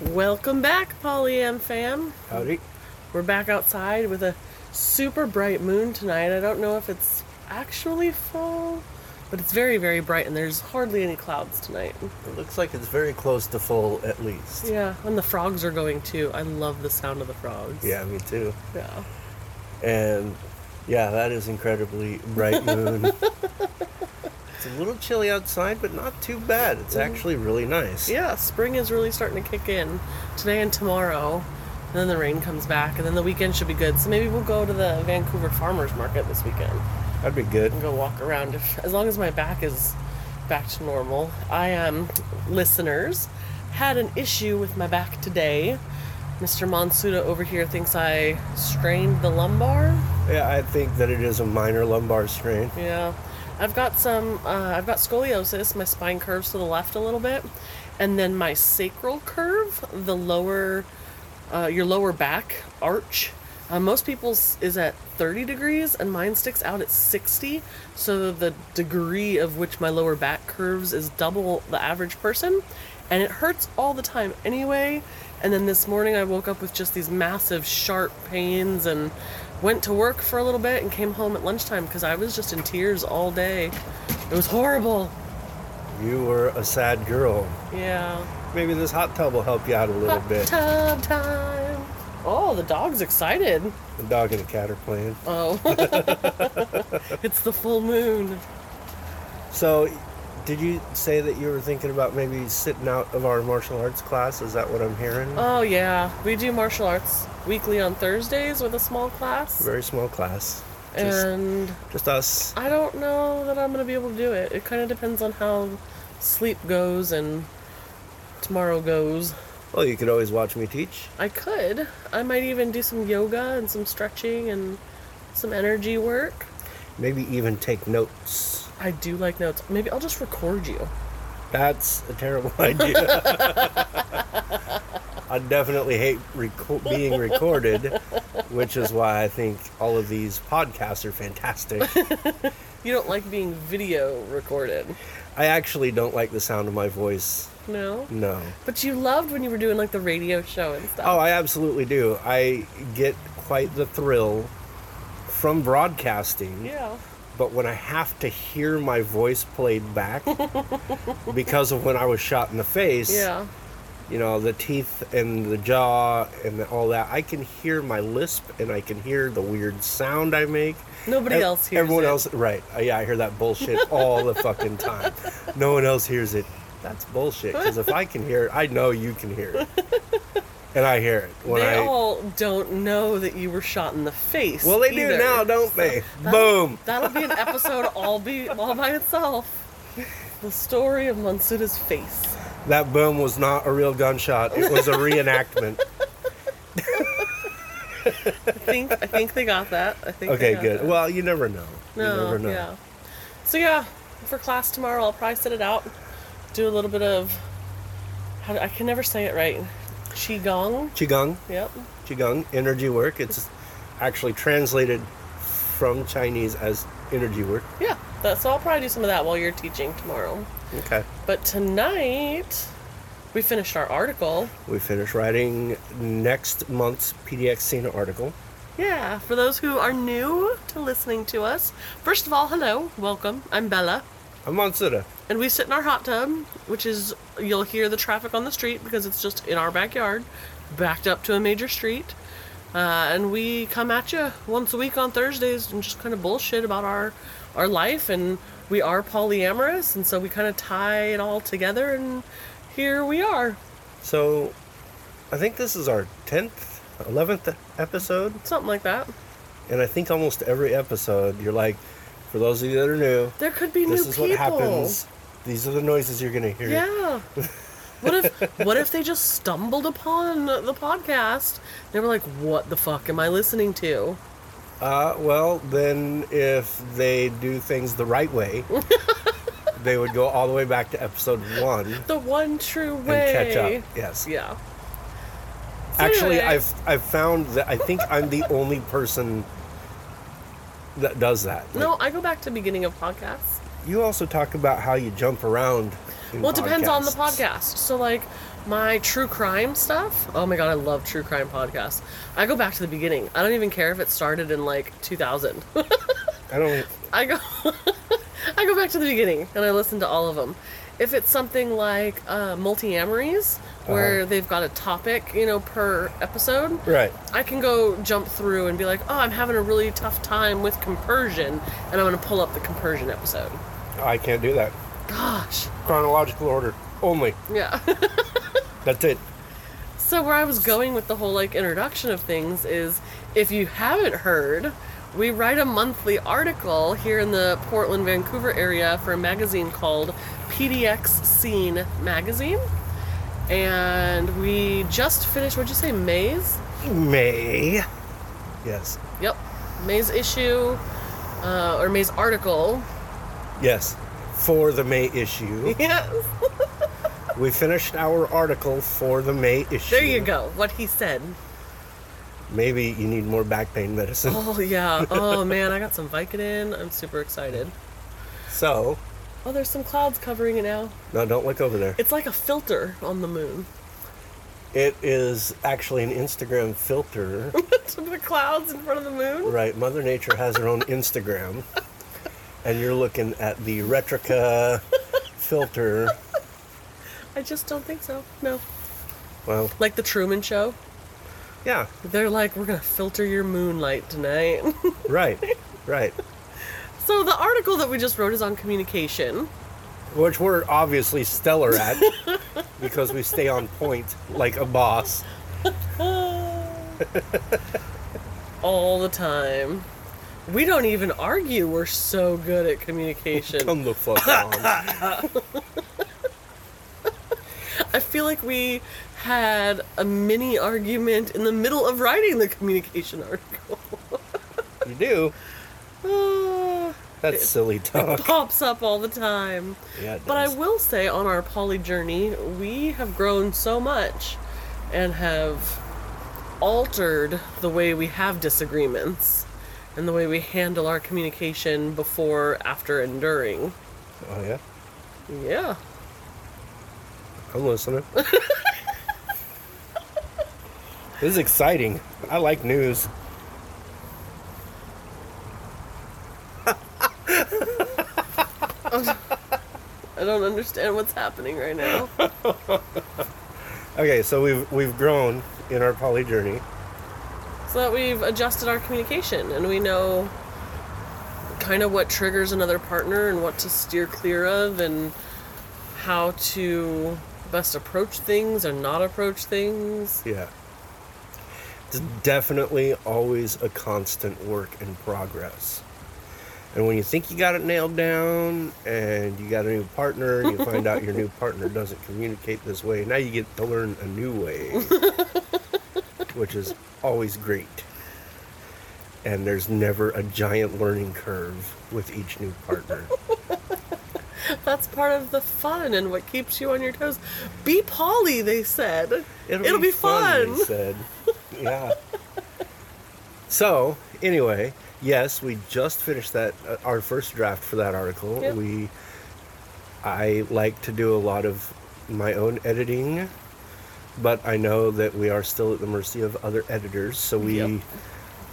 Welcome back, Polyam fam. Howdy. We're back outside with a super bright moon tonight. I don't know if it's actually full, but it's very, very bright and there's hardly any clouds tonight. It looks like it's very close to full at least. Yeah, and the frogs are going too. I love the sound of the frogs. Yeah, me too. Yeah. And yeah, that is incredibly bright moon. it's a little chilly outside, but not too bad. It's actually really nice. Mm. Yeah, spring is really starting to kick in today and tomorrow. And then the rain comes back, and then the weekend should be good. So maybe we'll go to the Vancouver Farmers Market this weekend. That'd be good. and go walk around if, as long as my back is back to normal. I um, listeners had an issue with my back today. Mr. Monsuda over here thinks I strained the lumbar. Yeah, I think that it is a minor lumbar strain. Yeah, I've got some. Uh, I've got scoliosis. My spine curves to the left a little bit, and then my sacral curve, the lower, uh, your lower back arch. Uh, most people's is at 30 degrees, and mine sticks out at 60. So the degree of which my lower back curves is double the average person, and it hurts all the time anyway. And then this morning I woke up with just these massive sharp pains and went to work for a little bit and came home at lunchtime because I was just in tears all day. It was horrible. You were a sad girl. Yeah. Maybe this hot tub will help you out a little Hot bit. Tub time. Oh, the dog's excited. The dog and the cat are playing. Oh. it's the full moon. So, did you say that you were thinking about maybe sitting out of our martial arts class? Is that what I'm hearing? Oh, yeah. We do martial arts weekly on Thursdays with a small class. Very small class. Just, And just us. I don't know that I'm going to be able to do it. It kind of depends on how sleep goes and tomorrow goes. Well, you could always watch me teach. I could. I might even do some yoga and some stretching and some energy work. Maybe even take notes. I do like notes. Maybe I'll just record you. That's a terrible idea. I definitely hate reco- being recorded, which is why I think all of these podcasts are fantastic. You don't like being video recorded, I actually don't like the sound of my voice. no? No. But you loved when you were doing like the radio show and stuff. Oh, I absolutely do. I get quite the thrill from broadcasting. yeah. but when I have to hear my voice played back because of when I was shot in the face, Yeah. you know, the teeth and the jaw and the, all that, I can hear my lisp and I can hear the weird sound I make. Nobody Ev- else hears Everyone it. else, right. Uh, Yeah, I hear that bullshit all the fucking time. No one else hears it. That's bullshit because if I can hear it, I know you can hear it. And I hear it when they I. all don't know that you were shot in the face. well, they do either. now, don't they? That'll- Boom. That'll be an episode all be all by itself. The story of Monsuda's face. That boom was not a real gunshot. It was a reenactment. I think I think they got that. I think. they Okay, got good. that. Well, you never know. you No, never know. yeah. So yeah, for class tomorrow, I'll probably sit it out, do a little bit of. How do, I can never say it right. Qigong. Qigong, Yep. Qigong, energy work. It's actually translated from Chinese as energy work. Yeah. That, so I'll probably do some of that while you're teaching tomorrow. Okay. But tonight, we finished our article. We finished writing next month's PDX Cena article. Yeah. For those who are new to listening to us, first of all, hello, welcome. I'm Bella. I'm on Suda. and we sit in our hot tub, which is you'll hear the traffic on the street because it's just in our backyard, backed up to a major street. Uh, and we come at you once a week on Thursdays and just kind of bullshit about our our life. And we are polyamorous, and so we kind of tie it all together. And here we are. So I think this is our 10th, 11th episode. Something like that. And I think almost every episode, you're like, for those of you that are new, There could be this new is people. what happens. These are the noises you're going to hear. Yeah. What if what if they just stumbled upon the podcast? They were like, "What the fuck am I listening to?" Uh, well, then if they do things the right way, they would go all the way back to episode one The one true and way. catch up. Yes. Yeah. Actually, anyway- I've I've found that I think I'm the only person that does that. No, I go back to beginning of podcasts. You also talk about how you jump around. fucking. Well, it depends on the podcasts. podcast. So, like, my true crime stuff. Oh my god, I love true crime podcasts. I go back to the beginning. I don't even care if it started in like 2000. I don't. I go, I go back to the beginning and I listen to all of them. If it's something like uh, multi amories, where Uh-huh. they've got a topic, you know, per episode, Right. I can go jump through and be like, oh, I'm having a really tough time with compersion, and I'm going to pull up the compersion episode. I can't do that. Gosh, Chronological order only. yeah. That's it. So where I was going with the whole like introduction of things is if you haven't heard, we write a monthly article here in the Portland Vancouver area for a magazine called PDX Scene Magazine. And we just finished what'd you say, May's? May. Yes. Yep. May's issue uh, or May's article. Yes. For the May issue, Yes. we finished our article for the May issue. There you go. What he said. Maybe you need more back pain medicine. Oh yeah. Oh man, I got some Vicodin. I'm super excited. So, Oh, there's some clouds covering it now. no, don't look over there. It's like a filter on the moon. It is actually an Instagram filter. to the clouds in front of the moon. Right, Mother Nature has her own Instagram, and you're looking at the Retrica filter. I just don't think so. No. Well, Like the Truman Show. yeah, They're like, we're going to filter your moonlight tonight. right, right. so the article that we just wrote is on communication. Which we're obviously stellar at because we stay on point like a boss. All the time. We don't even argue. We're so good at communication. Come the fuck on. I feel like we had a mini argument in the middle of writing the communication article. You do. Ah. That's silly talk. pops up all the time. Yeah, it But I does. will say, on our poly journey, we have grown so much and have altered the way we have disagreements and the way we handle our communication before, after, and during. Oh, yeah? Yeah. I'm listening. this is exciting. I like news. I don't understand what's happening right now. Okay, so we've we've grown in our poly journey. so that we've adjusted our communication and we know kind of what triggers another partner and what to steer clear of and how to best approach things or not approach things. Yeah. It's definitely always a constant work in progress. And when you think you got it nailed down and you got a new partner and you find out your new partner doesn't communicate this way, now you get to learn a new way, which is always great. And there's never a giant learning curve with each new partner. That's part of the fun and what keeps you on your toes. Be Polly, they said. It'll, be, fun. He said, "Yeah." so anyway, yes, we just finished that uh, our first draft for that article. Yep. We, I like to do a lot of my own editing, but I know that we are still at the mercy of other editors. So we Yep.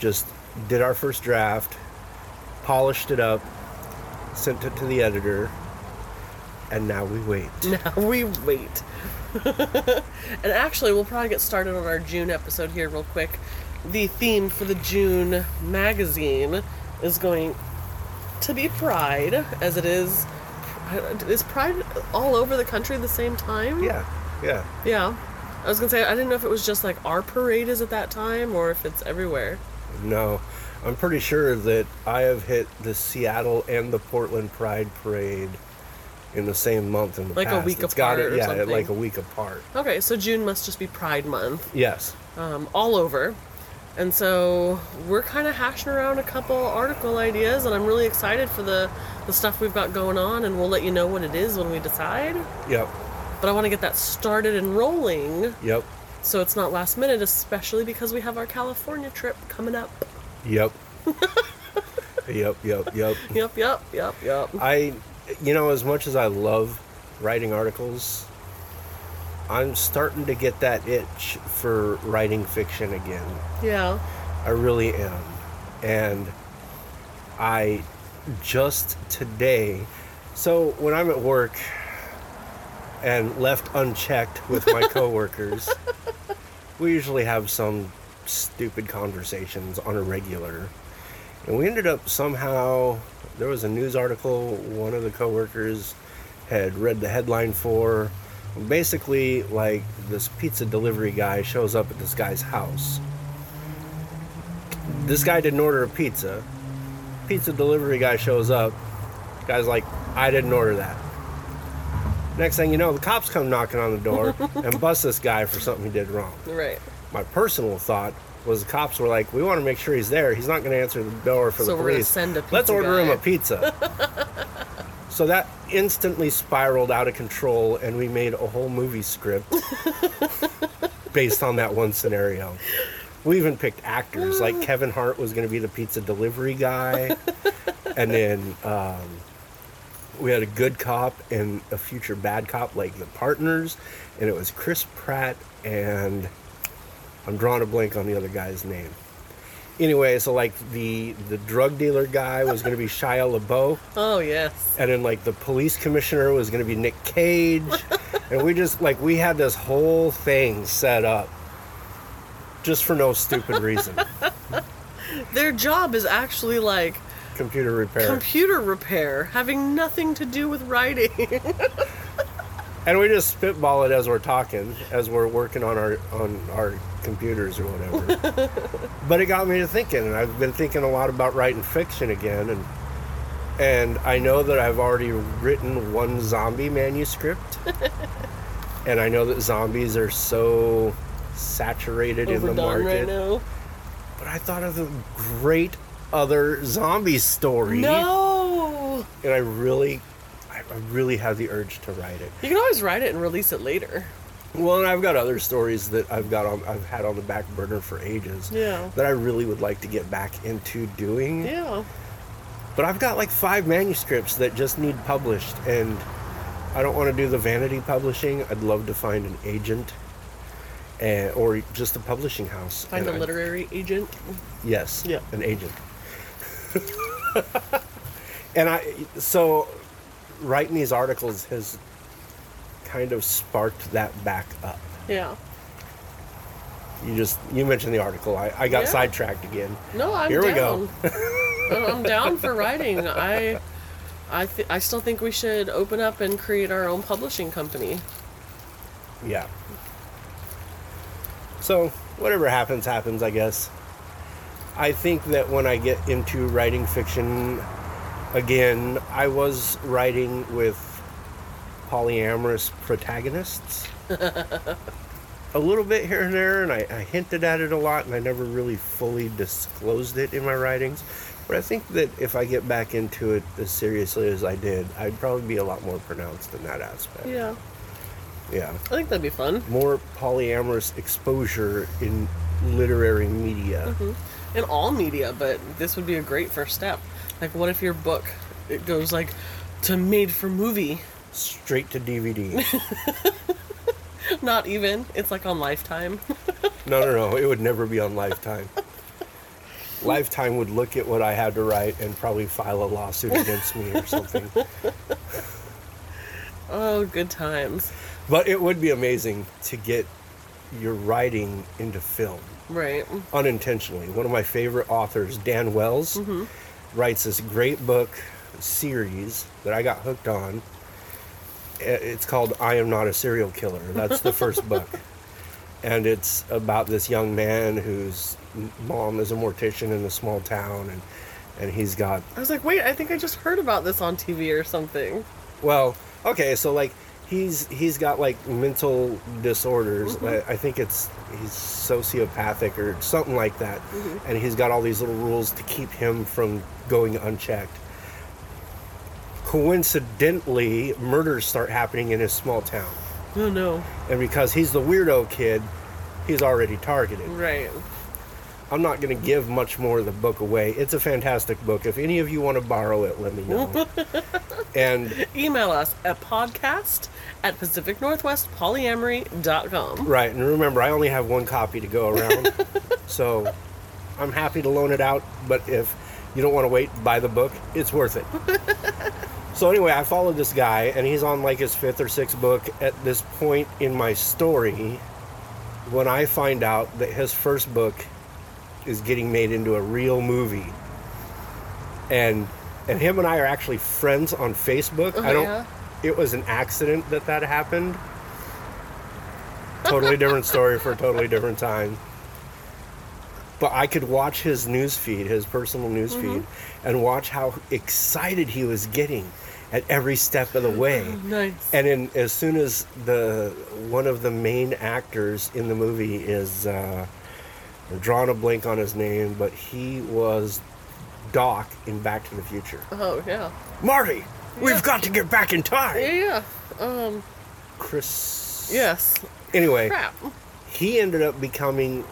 just did our first draft, polished it up, sent it to the editor, and now we wait. Now we wait. and actually, we'll probably get started on our June episode here, real quick. The theme for the June magazine is going to be Pride, as it is. Is Pride all over the country at the same time? Yeah, yeah. Yeah. I was gonna say I didn't know if it was just like our parade is at that time or if it's everywhere. No, I'm pretty sure that I have hit the Seattle and the Portland Pride Parade in the same month in the Like a past. week It's got apart it, or yeah, something. like a week apart. Okay, so June must just be Pride Month. Yes, um, all over. And so we're kind of hashing around a couple article ideas, and I'm really excited for the, the stuff we've got going on, and we'll let you know what it is when we decide. yep, But I want to get that started and rolling yep, so it's not last minute, especially because we have our California trip coming up. yep, yep, yep, yep. Yep, yep, yep, yep. I, you know, as much as I love writing articles. I'm starting to get that itch for writing fiction again. Yeah. I really am. And I just today. So when I'm at work and left unchecked with my coworkers, we usually have some stupid conversations on a regular. And we ended up somehow there was a news article one of the coworkers had read the headline for. Basically, like this pizza delivery guy shows up at this guy's house this guy didn't order a pizza. Pizza delivery guy shows up. Guy's like, I didn't order that. Next thing you know, the cops come knocking on the door and bust this guy for something he did wrong. Right. My personal thought was the cops were like, we want to make sure he's there. He's not going to answer the door for So the we're gonna police. send a Let's pizza order him guy." a pizza. so that instantly spiraled out of control, and we made a whole movie script based on that one scenario. We even picked actors like Kevin Hart was going to be the pizza delivery guy, and then um, we had a good cop and a future bad cop, like the partners, and it was Chris Pratt and I'm drawing a blank on the other guy's name. Anyway, so like the the drug dealer guy was going to be Shia LaBeouf, Oh yes. and then like the police commissioner was going to be Nick Cage, and we just like we had this whole thing set up just for no stupid reason. Their job is actually like Computer repair. computer repair, having nothing to do with writing. and we just spitball it as we're talking, as we're working on our on our computers or whatever. but it got me to thinking, and I've been thinking a lot about writing fiction again, and and I know that I've already written one zombie manuscript, and I know that zombies are so saturated in the Overdone market. right now. But I thought of the great other zombie story, No. and I really, I I really had the urge to write it. You can always write it and release it later. Well, and I've got other stories that I've got on, I've had on the back burner for ages. Yeah. That I really would like to get back into doing. Yeah. But I've got like five manuscripts that just need published, and I don't want to do the vanity publishing. I'd love to find an agent, and, or just a publishing house. Find and a I- literary agent. Yes. Yeah. An agent. and I so writing these articles has kind of sparked that back up. Yeah. You just you mentioned the article. I, I got Yeah. sidetracked again. No, I'm Here we down. go. I'm down for writing. I, I, th- I still think we should open up and create our own publishing company. Yeah. So whatever happens, happens. I guess. I think that when I get into writing fiction again, I was writing with polyamorous protagonists. a little bit here and there, and I, I hinted at it a lot, and I never really fully disclosed it in my writings. But I think that if I get back into it as seriously as I did, I'd probably be a lot more pronounced in that aspect. Yeah, Yeah I think that'd be fun. more polyamorous exposure in literary media. In all media, but this would be a great first step. Like, what if your book it goes like to made for movie? Straight to DVD. Not even. It's like on Lifetime. no, no, no. It would never be on Lifetime. Lifetime would look at what I had to write and probably file a lawsuit against me or something. oh, good times. But it would be amazing to get your writing into film Right. unintentionally. One of my favorite authors, Dan Wells, writes this great book series that I got hooked on. I- It's called I Am Not a Serial Killer. That's the first book. And it's about this young man whose m- mom is a mortician in a small town and and he's got I was like, wait, I think I just heard about this on TV or something. well, okay, so like he's he's got like mental disorders. I, I think it's he's sociopathic or something like that, and he's got all these little rules to keep him from going unchecked. Coincidentally, murders start happening in his small town, Oh no. and because he's the weirdo kid, he's already targeted. Right. I'm not going to give much more of the book away. It's a fantastic book. If any of you want to borrow it, let me know. and Email us at podcast at pacificnorthwestpolyamory.com. right, and remember, I only have one copy to go around, so I'm happy to loan it out. But if you don't want to wait, buy the book. It's worth it. so anyway, I followed this guy, and he's on like his fifth or sixth book at this point in my story. When I find out that his first book is getting made into a real movie, and and him and I are actually friends on Facebook. Oh, I don't. yeah? It was an accident that that happened. Totally different story for a totally different time. But I could watch his news feed, his personal news feed, and watch how excited he was getting at every step of the way. Mm-hmm. Nice. And then as soon as the one of the main actors in the movie is uh, I'm drawing a blank on his name, but he was Doc in Back to the Future. Oh, yeah. Marty, Yeah. we've got to get back in Yeah, time. yeah. Um, Chris. yes. Anyway, Crap. he ended up becoming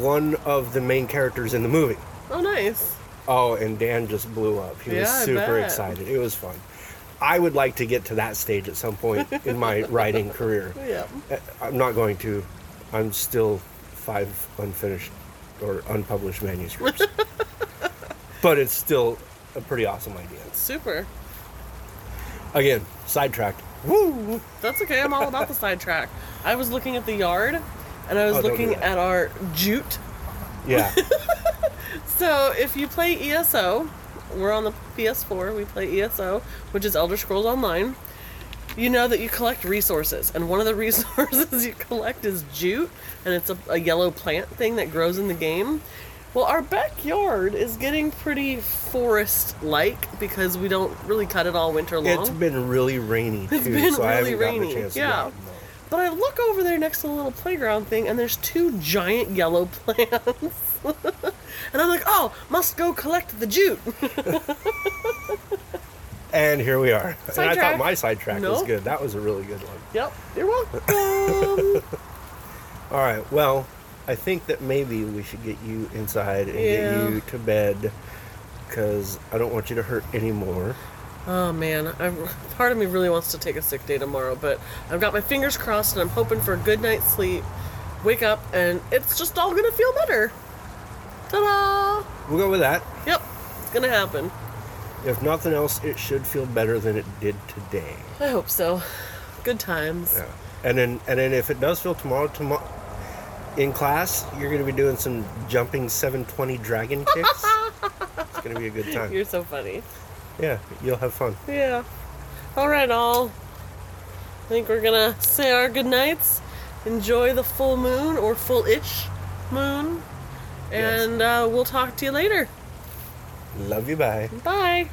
one of the main characters in the movie. Oh, nice. Oh, and Dan just blew up. He was Yeah, I super bet. excited. It was fun. I would like to get to that stage at some point in my writing career. Yeah. Uh, I'm not going to. I'm still five unfinished or unpublished manuscripts. but it's still a pretty awesome idea. Super. Again, sidetracked. Woo! That's okay. I'm all about the sidetrack. I was looking at the yard and I was Oh, don't do looking that. at our jute. Yeah. So if you play ESO, we're on the PS4, we play ESO, which is Elder Scrolls Online. You know that you collect resources, and one of the resources you collect is jute, and it's a, a yellow plant thing that grows in the game. Well, our backyard is getting pretty forest like because we don't really cut it all winter long. it's been really rainy too, It's been so I really haven't gotten rainy, a chance yeah. to go out. No. But I look over there next to the little playground thing, and there's two giant yellow plants. and I'm like, oh, must go collect the jute. And here we are. and I Sidetrack. thought my sidetrack was Nope. good. That was a really good one. yep, you're welcome. All right. Well, I think that maybe we should get you inside and Yeah. get you to bed because I don't want you to hurt anymore. oh man, I, part of me really wants to take a sick day tomorrow, but I've got my fingers crossed, and I'm hoping for a good night's sleep. Wake up, and it's just all gonna feel better. Ta We'll go with that. da! Yep, it's gonna happen. If nothing else, it should feel better than it did today. I hope so. Good times. Yeah. And then, and then, if it does feel tomorrow, tomorrow in class, you're going to be doing some jumping 720 dragon kicks. it's going to be a good time. You're so funny. Yeah, you'll have fun. Yeah. All right, all. I think we're gonna say our goodnights. Enjoy the full moon or full-ish moon, Yes. and uh, we'll talk to you later. Love you. Bye. Bye.